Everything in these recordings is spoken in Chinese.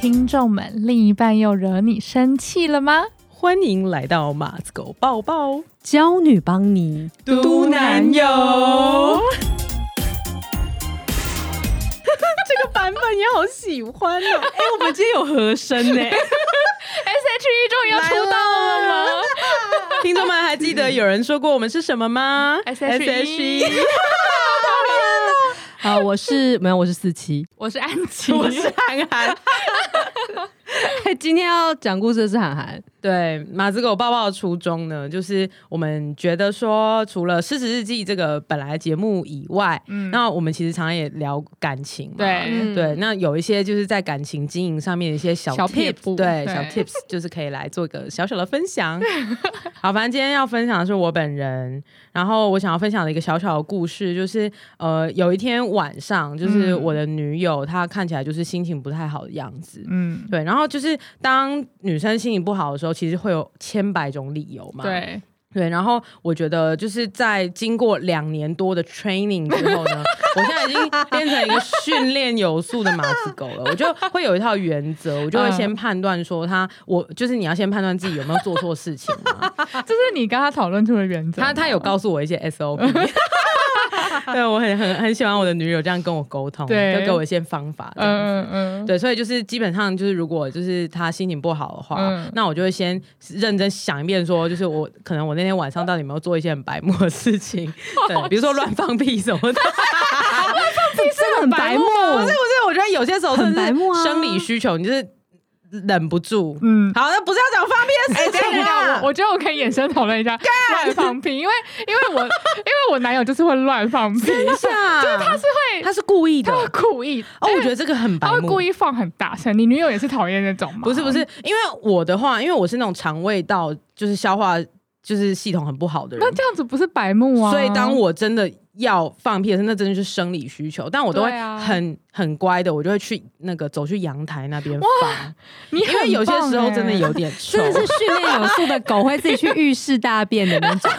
听众们，另一半又惹你生气了吗？欢迎来到马子狗抱抱，娇女帮你嘟男友。 这个版本也好喜欢哦！ 哎、我们今天有和声 呢、 S.H.E E 终于要出道了吗听众们还记得有人说过我们是什么吗 E SHE SHE 啊！我是没有，我是四七。我是安琪，我是韩寒。今天要讲故事的是涵涵，对马子狗抱抱的初衷呢，就是我们觉得说，除了《失职日记》这个本来节目以外，嗯那我们其实常常也聊感情嘛，对嗯对，那有一些就是在感情经营上面的一些小小 tips，撇步对对小 tips 就是可以来做个小小的分享。好，反正今天要分享的是我本人，然后我想要分享的一个小小的故事，就是呃，有一天晚上，就是嗯我的女友、她看起来就是心情不太好的样子。嗯，对，然后就是当女生心情不好的时候，其实会有千百种理由嘛。对，对，然后我觉得就是在经过两年多的 training 之后 呢，我现在已经变成一个训练有素的马子狗了。我就会有一套原则，我就会嗯先判断说他，我就是你要先判断自己有没有做错事情 嘛。这是你跟他讨论出的原则吗。他他有告诉我一些 SOP。对，我很很很喜欢我的女友这样跟我沟通，对就给我一些方法这样子。嗯，嗯嗯嗯，对，所以就是基本上就是，如果就是他心情不好的话，嗯那我就会先认真想一遍，说就是我可能我那天晚上到底有没有做一些很白目的 事情，对，比如说乱放屁什么的。啊真的很白目。哦不是不是，我觉得有些时候真很的白目是啊生理需求，你就是忍不住。嗯。好，那不是要讲放屁的事哎等一情下啊我。我觉得我可以延伸讨论一下乱放屁，因为因为我因为我男友就是会乱放屁，等一下，就是他是会他是故意的他会哦，故意我觉得这个很白他会目故。意放很大声。你女友也是讨厌那种吗？不是不是，，因为我的话，因为我是那种肠胃道就是消化就是系统很不好的人那，这样子不是白目啊？所以当我真的要放屁的时候，那真的是生理需求，但我都会对啊很、很乖的，我就会去那个走去阳台那边放，你因为有些时候真的有。有点臭，真的是训练有素的狗会自己去浴室大便的那种，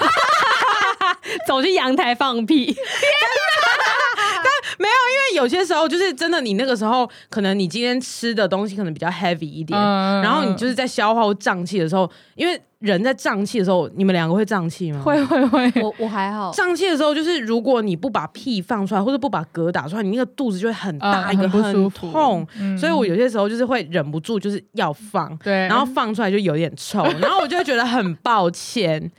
走去阳台放屁。没有，因为有些时候就是真的，你那个时候可能你今天吃的东西可能比较 heavy 一点，嗯然后你就是在消化或胀气的时候，因为人在胀气的时候，你们两个会胀气吗？。会会会，我我还好，胀气的时候，就是如果你不把屁放出来，或者不把嗝打出来，你那个肚子就会很 大，嗯一个很不舒服痛。嗯所以我有些时候就是会忍不住就是要放，对，然后放出来就有 点臭，然后我就会觉得很抱歉，因为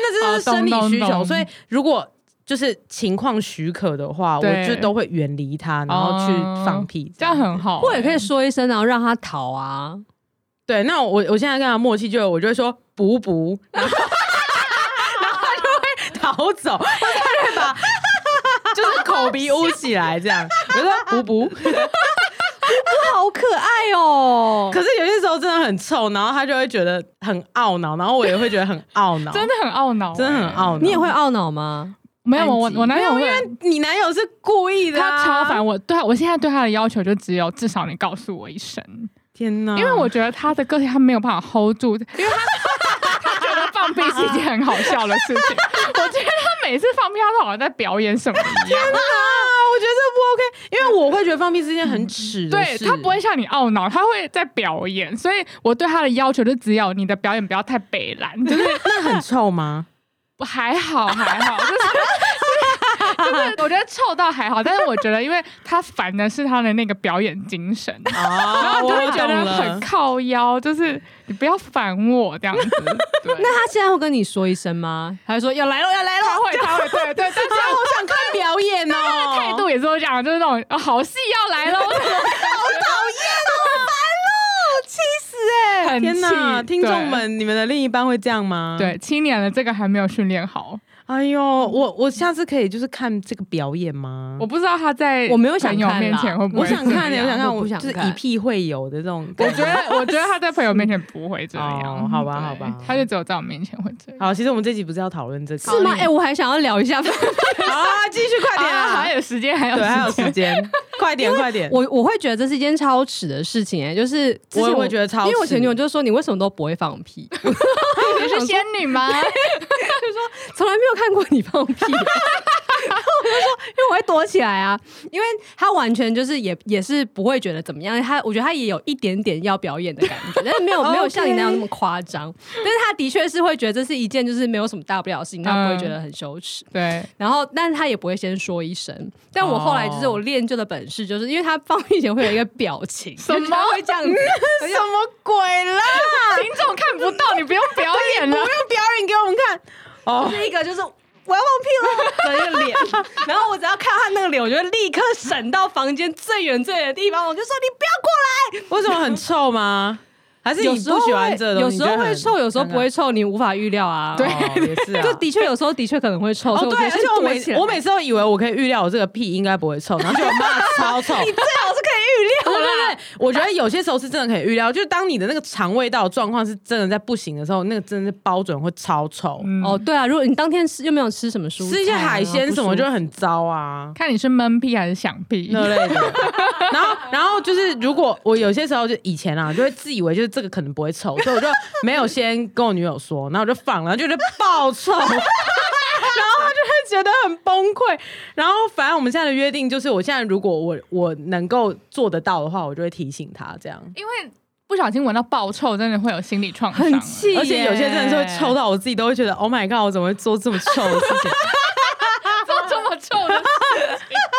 那就是哦生理懂懂需求，懂所以如果就是情况许可的话，对我就都会远离它，然后去放屁，这样很好欸，我也可以说一声，然后让他逃啊。对。那我我现在跟他默契就有，我就会说补补，然后然后他就会逃走，他就会把就是口鼻捂起来这样，我就说补补。好可爱哦！可是有些时候真的很臭，然后他就会觉得很懊恼，然后我也会觉得很懊恼，真的很懊恼欸，真的很懊恼。你也会懊恼吗？没有我安吉我男友没有会。你男友是故意的、他啊，超烦我，对啊我现在对他的要求就只有至少你告诉我一声，天哪！因为我觉得他的个体他没有办法 hold 住，因为他他觉得放屁是一件很好笑的事情， 我觉得他每次放屁他都好像在表演什么一样，啊，我觉得这不 OK，因为我会觉得放屁是一件很耻的对事，他不会像你懊恼，他会在表演，所以我对他的要求就只有你的表演不要太北蓝，就是 那很臭吗？还好还好，就是。 就是我觉得臭倒还好，但是我觉得，因为他烦的是他的那个表演精神，然啊后就会觉得很。靠腰，就是你不要烦我这样子。对， 那他现在会跟你说一声吗？还是说要来了要来他了？会他会对对，但这样好想看表演哦，态度也是会这样，就是那种、哦、好戏要来喽，哦气死哎、很天哪！哪，听众对，们，你们的另一半会这样吗？，对七年了，这个还没有训练好，哎呦，我我下次可以就是看这个表演吗我？不知道他在我没有想朋友看啦面前会不会我想看这耶，样我想看，我不想就是看以屁会友的这种我感觉觉。得，我觉得他在朋友面前不会这样。哦好吧对好吧他就只有在我面前会这样。好，其实我们这集不是要讨论这个，是吗？哎、我还想要聊一下， 好啊，继续快点啊，啊！还有时间，还有对，还有时间。 间，快点，快点！我我会觉得这是一件超耻的事情哎、就是之前我也会觉得超因为我耻前女友就说你为什么都不会放屁，你是仙女吗？ 从来没有看过你放屁，因为我会躲起来啊，因为他完全就是也也是不会觉得怎么样，他我觉得他也有一点点要表演的感觉，但 是没有没有像你那样那么夸张，但是他的确是会觉得这是一件就是没有什么大不了的事情，他不会觉得很羞耻。对，然后，但是他也不会先说一声。但我后来就是哦我练就的本事，就是因为他放屁前会有一个表情，什就是他么会这样子，什么鬼啦？听众看不到，你不用表演不啊了用。表演给我们看哦，这一个就是我要放屁了的一个脸。然后我只要看到他那个脸，我就会立刻闪到房间最远最远的地方，我就说你不要过来。为什么很臭吗？还是你有时候不喜欢会这个有东西？时你候觉得会很臭，有时候不会臭，你无法预料啊。尴尬。对，也是啊就。的确有时候的确可能会臭，所以哦，我对，觉得而先且我躲每起次来我每次都以为我可以预料我这个屁应该不会臭，然后结果妈超 臭。你最好是可以预对 料对啦。对，我觉得有些时候是真的可以预料，就是当你的那个肠胃道状况是真的在不行的时候，那个真的是包准会超臭，嗯哦，对啊，如果你当天吃又没有吃什么蔬菜啊，吃一些海鲜什么就不舒会很糟啊。看你是闷屁还是响屁。那 类的。然后，然后就是，如果我有些时候就以前啊，就会自以为就是这个可能不会臭，所以我就没有先跟我女友说，然后我就放了，然后就觉得爆 臭，然后她就会觉得很崩溃。然后，反正我们现在的约定就是，我现在如果我我能够做得到的话，我就会提醒她这样。因为不小心闻到爆臭，真的会有心理创伤。啊很气耶，而且有些真的是会臭到我自己都会觉得，Oh my god，我怎么会做这么臭的事情？做这么臭的事，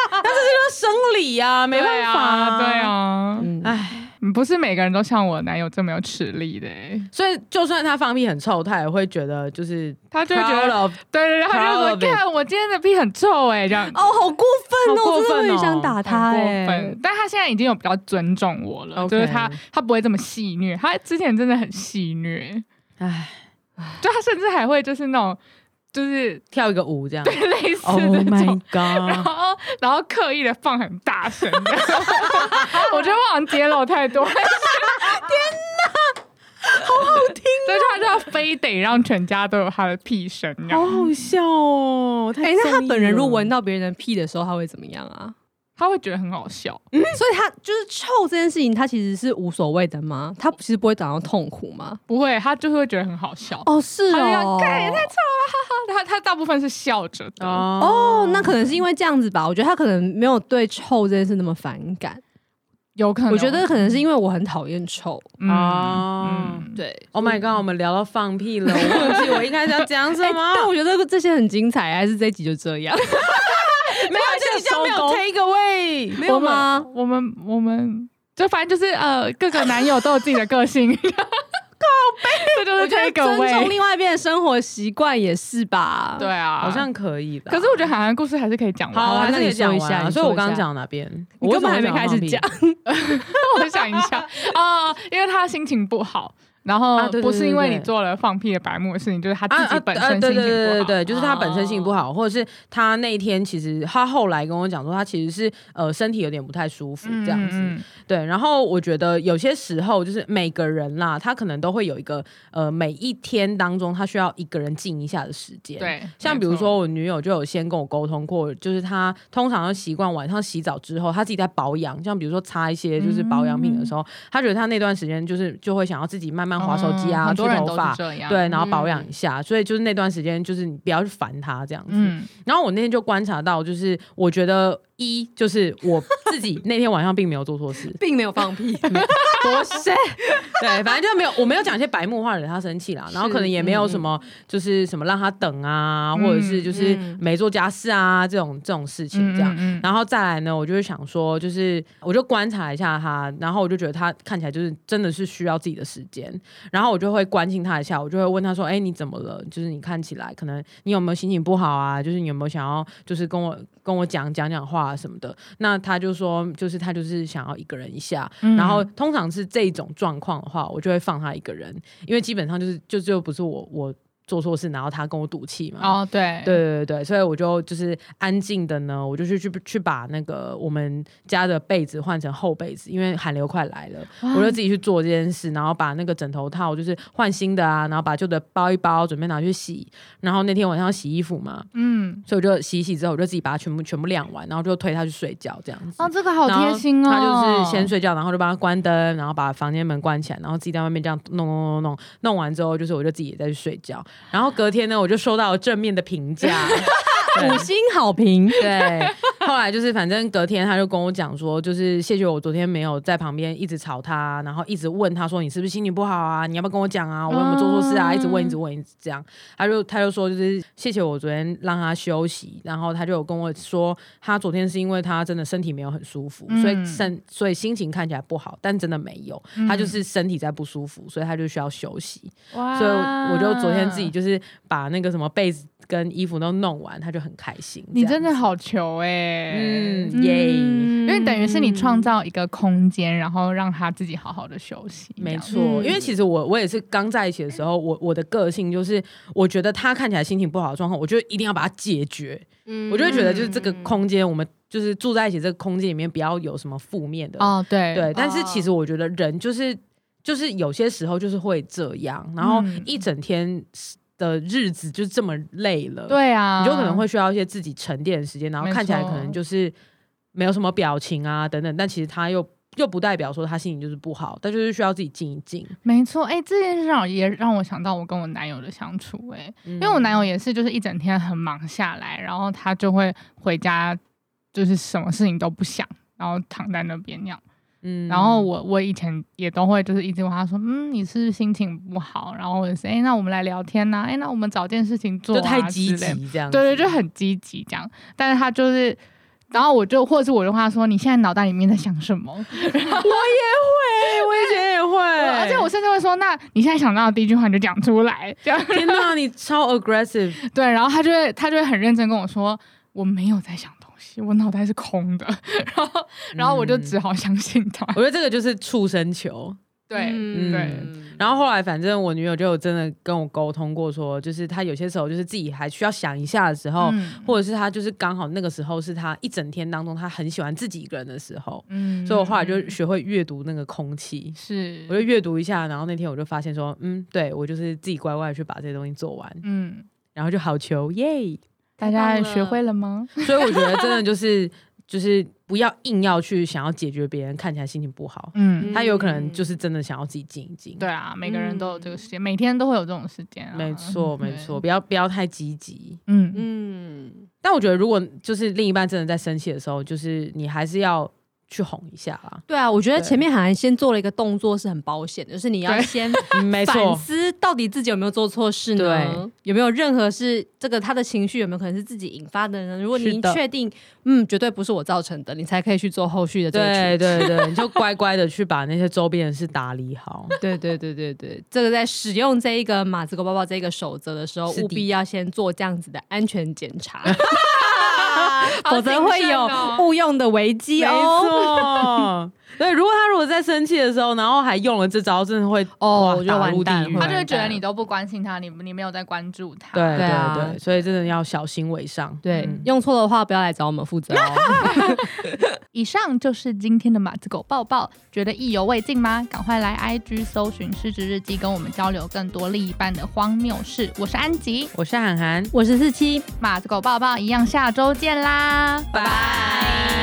但是 这就是生理 啊，没办法、对，啊，嗯哎。不是每个人都像我男友这么有齿力的欸，所以就算他放屁很臭，他也会觉得就是他就会觉 proud 得， of- 对对对，他就 proud 说， of it 看我今天的屁很臭哎，这样。哦，好过分哦，好过分哦我真的很想打他很过哎、分，但他现在已经有比较尊重我了欸 OK 就是他他不会这么戏虐，他之前真的很戏虐，唉，就他甚至还会就是那种就是跳一个舞这样。 类似 Oh 的那 my 种然 god！后然后刻意的放很大声， 我觉得我好像揭露太多。天哪，好好听、啊啊所以他就要非得让全家都有他的屁声，这样 好好笑哦！哎、哎那他本人如果闻到，到别人的屁的时候，他会怎么样啊？他会觉得很好笑。所以他就是臭这件事情，他其实是无所谓的吗？他其实不会感到痛苦吗？不会，他就是会觉得很好笑。哦，是他就哦要，干也太臭了，哈哈！他他大部分是笑着的。哦哦，那可能是因为这样子吧。我觉得他可能没有对臭这件事那么反感。有可能我觉得可能是因为我很讨厌臭。嗯哦嗯对， ，Oh my god！我们聊到放屁了，我忘记我一开始要讲什哎 么。但我觉得这些很精彩，还是这一集就这样？没有，这里就没有收工 take away，没有吗？我们我们就反正就是呃，各个男友都有自己的个性。 靠背，这就我是觉得这个尊重位。另外一边的生活习惯也是吧。对，啊，好像可以吧？可是我觉得海岸故事还是可以讲完。好，啊还那是可你以讲说一完下啊。你所以说我一刚刚下讲哪边？你我为根什本么还没开始放屁讲。，我想一下啊、因为他心情不好，然后啊对对不是因为对对你做了放屁的白目的事情，就是他自己本身啊对心情不好。哦对对对对，就是他本身性不好，或者是他那一天其实他后来跟我讲说，他其实是呃身体有点不太舒服嗯这样子。嗯对，然后我觉得有些时候就是每个人啦，他可能都会有一个呃每一天当中他需要一个人静一下的时间。。对，像没比如错说，，我女友就有先跟我沟通过，就是她通常都习惯晚上洗澡之后，她自己在保养，像比如说擦一些就是保养品的嗯时候，她觉得她那段时间就是就会想要自己慢慢划手机嗯啊、很梳多人头都发是，这样，对，然后保养一下，所以就是那段时间，就是你不要去烦他这样子。嗯，然后我那天就观察到，就是我觉得一就是我自己那天晚上并没有做错事并没有放 屁，不是，对，反正就没有，我没有讲一些白目话惹他生气啦，然后可能也没有什么就是什么让他等啊，或者是就是嗯没做家事啊这种这种事情这样。嗯，嗯然后再来呢，我就是想说，就是我就观察一下他，然后我就觉得他看起来就是真的是需要自己的时间，然后我就会关心他一下，我就会问他说：“哎、你怎么了？就是你看起来可能你有没有心情不好啊？就是你有没有想要就是跟我跟我讲讲讲话啊什么的？”那他就说，就是他就是想要一个人一下，嗯然后通常是这种状况的话，我就会放他一个人，因为基本上就是就就不是我我做错事，然后他跟我赌气嘛。哦，对对对对对，所以我就就是安静的呢，我就去去去把那个我们家的被子换成厚被子，因为寒流快来了，我就自己去做这件事，然后把那个枕头套就是换新的啊，然后把旧的包一包，准备拿去洗。然后那天晚上要洗衣服嘛，嗯，所以我就洗一洗之后，我就自己把它全部全部晾完，然后就推他去睡觉这样子。哦，这个好然后贴心哦，他就是先睡觉，然后就帮他关灯，然后把房间门关起来，然后自己在外面这样弄弄弄弄弄完之后，就是我就自己也再去睡觉。然后隔天呢，我就收到了正面的评价，对五星好评，对，后来就是反正隔天他就跟我讲说，就是谢谢我昨天没有在旁边一直吵他，然后一直问他说你是不是心情不好啊？你要不要跟我讲啊？我有没有做错事啊？嗯一直问，一直问，一直这样。他就他就说就是谢谢我昨天让他休息，然后他就有跟我说他昨天是因为他真的身体没有很舒服，所以嗯身所以心情看起来不好，但真的没有，他就是身体在不舒服，所以他就需要休息。哇所以我就昨天自己就是把那个什么被子跟衣服都弄完，他就很开心。你这样真的好球哎、欸，嗯耶哎嗯因为等于是你创造一个空间，然后让他自己好好的休息，没这样错，嗯因为其实我我也是刚在一起的时候，我我的个性就是，我觉得他看起来心情不好的状况，我就一定要把它解决。嗯我就会觉得就是这个嗯空间，我们就是住在一起这个空间里面，不要有什么负面的。哦，对对，但是其实我觉得人就是就是有些时候就是会这样，然后嗯一整天的日子就这么累了，对啊，你就可能会需要一些自己沉淀的时间，然后没看起来错可能就是没有什么表情啊等等，但其实他又又不代表说他心情就是不好，但就是需要自己静一静。没错，哎、这件事让我也让我想到我跟我男友的相处、哎，因因为我男友也是，就是一整天很忙下来，然后他就会回家，就是什么事情都不想，然后躺在那边那样。嗯然后我我以前也都会就是一直问他说，嗯，你是不是心情不好？然后我就是，哎、那我们来聊天呐、哎、那我们找件事情做、啊，就太积极之类的，这样子，对对，就很积极这样。但是他就是。然后我就，或者是我就问他说：“你现在脑袋里面在想什么？”对，我以前也会，而 且我甚至会说：“那你现在想到的第一句话你就讲出来。”这样 天哪，你超 aggressive，对，然后他就会他就会很认真跟我说：“我没有在想东西，我脑袋是空的。” 然后然后我就嗯只好相信他。我觉得这个就是触生球。对，嗯对然后后来，反正我女友就有真的跟我沟通过说就是她有些时候就是自己还需要想一下的时候，嗯哦或者是她就是刚好那个时候是她一整天当中她很喜欢自己一个人的时候，嗯所以我后来就学会阅读那个空气，是我就阅读一下，然后那天我就发现说，嗯，对我就是自己乖乖地去把这些东西做完，嗯，然后就好球耶。大太家棒了学会了吗？所以我觉得真的就是 就是不要硬要去想要解决别人看起来心情不好，嗯，他有可能就是真的想要自己静一静。对，啊，每个人都有这个时间，每天都会有这种时间啊。没错 对没错，，不要不要太积极。嗯，嗯，但我觉得如果就是另一半真的在生气的时候，就是你还是要去哄一下 啦。对啊，我觉得对前面好像先做了一个动作是很保险的，就是你要对先嗯 没反错，思到底自己有没有做错事呢对？有没有任何是这个他的情绪有没有可能是自己引发的呢？如果是你的确定，嗯，绝对不是我造成的，你才可以去做后续的这个处对 置。对对， 你就乖乖的去把那些周边的事打理好。对对对对对，这个在使用这一个马子狗抱抱这个守则的时候，是的务必要先做这样子的安全检 查， 哦否则会有误用的危机哦。没错， 对，如果他如果在生气的时候，然后还用了这招，真的会哦哇我觉得打完入地蛋狱了他就会觉得你都不关心他，你你没有在关注他。对对对啊对，所以真的要小心为上。对嗯，用错的话不要来找我们负责哦。 以上就是今天的马子狗抱抱，觉得意犹未尽吗？赶快来 IG 搜寻失职日记，跟我们交流更多另一半的荒谬事。我是安吉，我是涵涵，我是四七，马子狗抱抱，一样下周见啦，拜拜。